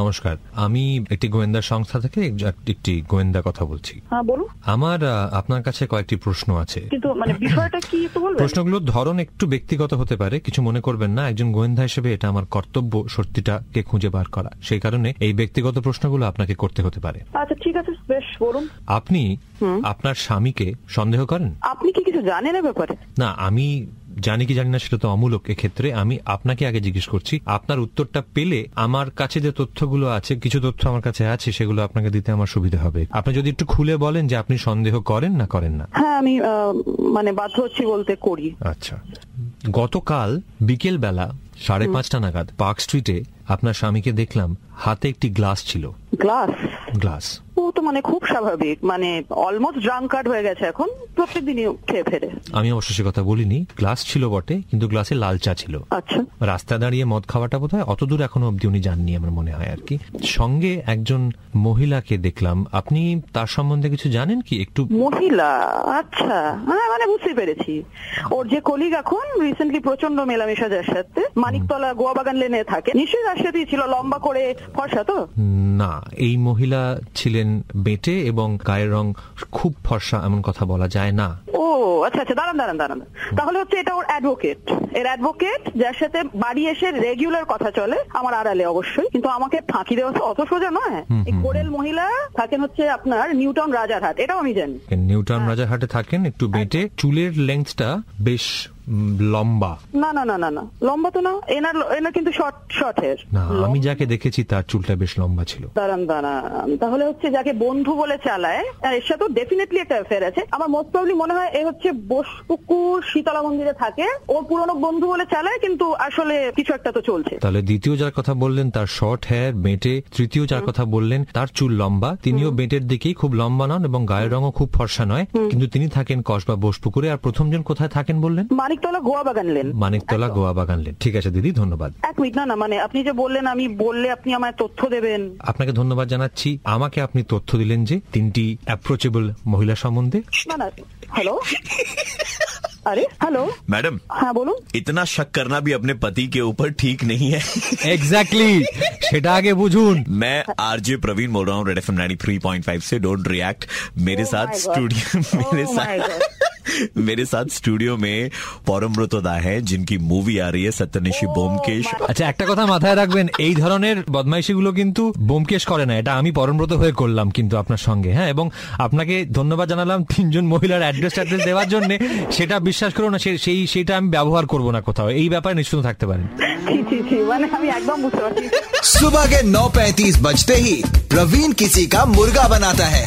নমস্কার আমি একটি গোয়েন্দা সংস্থা থেকে এক- একটি গোয়েন্দা কথা বলছি হ্যাঁ বলুন আমার আহ, আপনার কাছে কয়েকটি প্রশ্ন আছে কিন্তু মানে বিষয়টা কি একটু বলবেন প্রশ্নগুলোর ধরন একটু ব্যক্তিগত হতে পারে কিছু মনে করবেন না একজন গোয়েন্দা হিসেবে এটা আমার কর্তব্য সত্যিটাকে খুঁজে বার করা সেই কারণে এই ব্যক্তিগত প্রশ্নগুলো আপনাকে করতে হতে পারে আচ্ছা ঠিক আছে বেশ বলুন আপনি আপনার স্বামীকে সন্দেহ করেন আপনি কি কিছু জানেন এ ব্যাপারে না আমি জানি কি জানি না সেটা তো অমূলক এক্ষেত্রে আমি আপনাকে আগে জিজ্ঞেস করছি আপনার উত্তরটা পেলে আমার কাছে যে তথ্যগুলো আছে কিছু তথ্য আমার কাছে আছে সেগুলো আপনাকে দিতে আমার সুবিধা হবে আপনি যদি একটু খুলে বলেন যে আপনি সন্দেহ করেন না করেন না হ্যাঁ আমি আহ, মানে বাধ্য হচ্ছি বলতে করি আচ্ছা গতকাল বিকেল বেলা সাড়ে পাঁচটা নাগাদ পার্ক স্ট্রিটে আপনার স্বামীকে দেখলাম হাতে একটি গ্লাস ছিল গ্লাস গ্লাস ও তো মানে খুব স্বাভাবিক মানে অলমোস্ট ড্রাঙ্কার্ড হয়ে গেছে এখন প্রত্যেকদিনই খেয়ে ফেরে আমি অবশ্য সে কথা বলিনি গ্লাস ছিল বটে কিন্তু গ্লাসে লাল চা ছিল আচ্ছা রাস্তা দাঁড়িয়ে মদ খাওয়াটা বোধ হয় অতদূর এখনো অব্দি উনি যাননি আমার মনে হয় আর কি সঙ্গে একজন মহিলাকে দেখলাম আপনি তার সম্বন্ধে কিছু জানেন কি একটু মহিলা আচ্ছা হ্যাঁ মানে বুঝতে পেরেছি ওর যে কলিগ এখন রিসেন্টলি প্রচন্ড মেলামেশা যার সাথে মানিকতলা গোয়া বাগান লেনে থাকে নিশ্চয়ই তার সাথেই ছিল লম্বা করে ফর্সা তো না এই মহিলা ছিলেন বেটে এবং গায়ের রং খুব ফর্সা এমন কথা বলা যায় না ও আচ্ছা আচ্ছা দাঁড়ান দাঁড়ান দাঁড়ান তাহলে হচ্ছে এটা ওর অ্যাডভোকেট এর অ্যাডভোকেট যার সাথে বাড়ি এসে রেগুলার কথা চলে আমার আড়ালে অবশ্যই কিন্তু আমাকে ফাঁকি দেওয়া তো অত সোজা নয় এই কোরেল মহিলা থাকেন হচ্ছে আপনার নিউটাউন রাজারহাট এটাও আমি জানি নিউটাউন রাজারহাটে থাকেন একটু বেটে চুলের লেন্থটা বেশ উম, লম্বা না না না না না লম্বা তো না এনার এনার কিন্তু শর্ট শর্ট হেয়ার না আমি যাকে দেখেছি তার চুলটা বেশ লম্বা ছিল দাঁড়ান দাঁড়ান তাহলে হচ্ছে যাকে বন্ধু বলে চালায় আর এর সাথে ডেফিনেটলি একটা অ্যাফেয়ার আছে আমার মোস্ট প্রবলি মনে হয় এ হচ্ছে বসপুকুর শীতলা মন্দিরে থাকে ওর পুরনো বন্ধু বলে চালায় কিন্তু আসলে কিছু একটা তো চলছে তাহলে দ্বিতীয় যার কথা বললেন তার শর্ট হেয়ার বেঁটে তৃতীয় যার কথা বললেন তার চুল লম্বা তিনিও বেঁটের দিকেই খুব লম্বা নন এবং গায়ের রঙও খুব ফর্সা নয় কিন্তু তিনি থাকেন কসবা বোসপুকুরে আর প্রথমজন কোথায় থাকেন বললেন মানিকতলা গোয়া বাগান লেন মানিকতলা গোয়া বাগান লেন ঠিক আছে দিদি ধন্যবাদ এক মিনিট না না মানে আপনি যে বললেন আমি বললে আপনি আমায় তথ্য দেবেন আপনাকে ধন্যবাদ জানাচ্ছি আমাকে আপনি তথ্য দিলেন যে তিনটি অ্যাপ্রোচেবল মহিলা সম্বন্ধে না না হ্যালো আরে হ্যালো मैडम হ্যাঁ বলুন इतना शक करना भी अपने पति के ऊपर ठीक नहीं है এক্স্যাক্টলি সেটা আগে বুঝুন मैं आरजे प्रवीण बोल रहा हूँ Red F nine three point five से डोंट रिएक्ट मेरे Oh साथ my God. स्टूडियो Oh मेरे my साथ मेरे साथ स्टूडियो में पौरमृतोदा है जिनकी मूवी आ रही है Oh सत्यनिशी बोमकेश আচ্ছা একটা কথা মাথায় রাখবেন এই ধরনের বদমাইশিগুলো কিন্তু বোমকেশ করে না এটা আমি পরমব্রত হয়ে করলাম কিন্তু আপনার সঙ্গে হ্যাঁ এবং আপনাকে ধন্যবাদ জানালাম তিনজন মহিলার অ্যাড্রেস অ্যাড্রেস দেওয়ার জন্য সেটা বিশ্বাস করুন না সে- সেই সেটা আমি ব্যবহার করব না কোথাও এই ব্যাপারে নিশ্চিন্ত থাকতে পারেন ছি ছি ছি মানে আমি একদম বুঝতে পারছি सुबह के 9:35 बजते ही प्रवीण किसी का मुर्गा बनाता है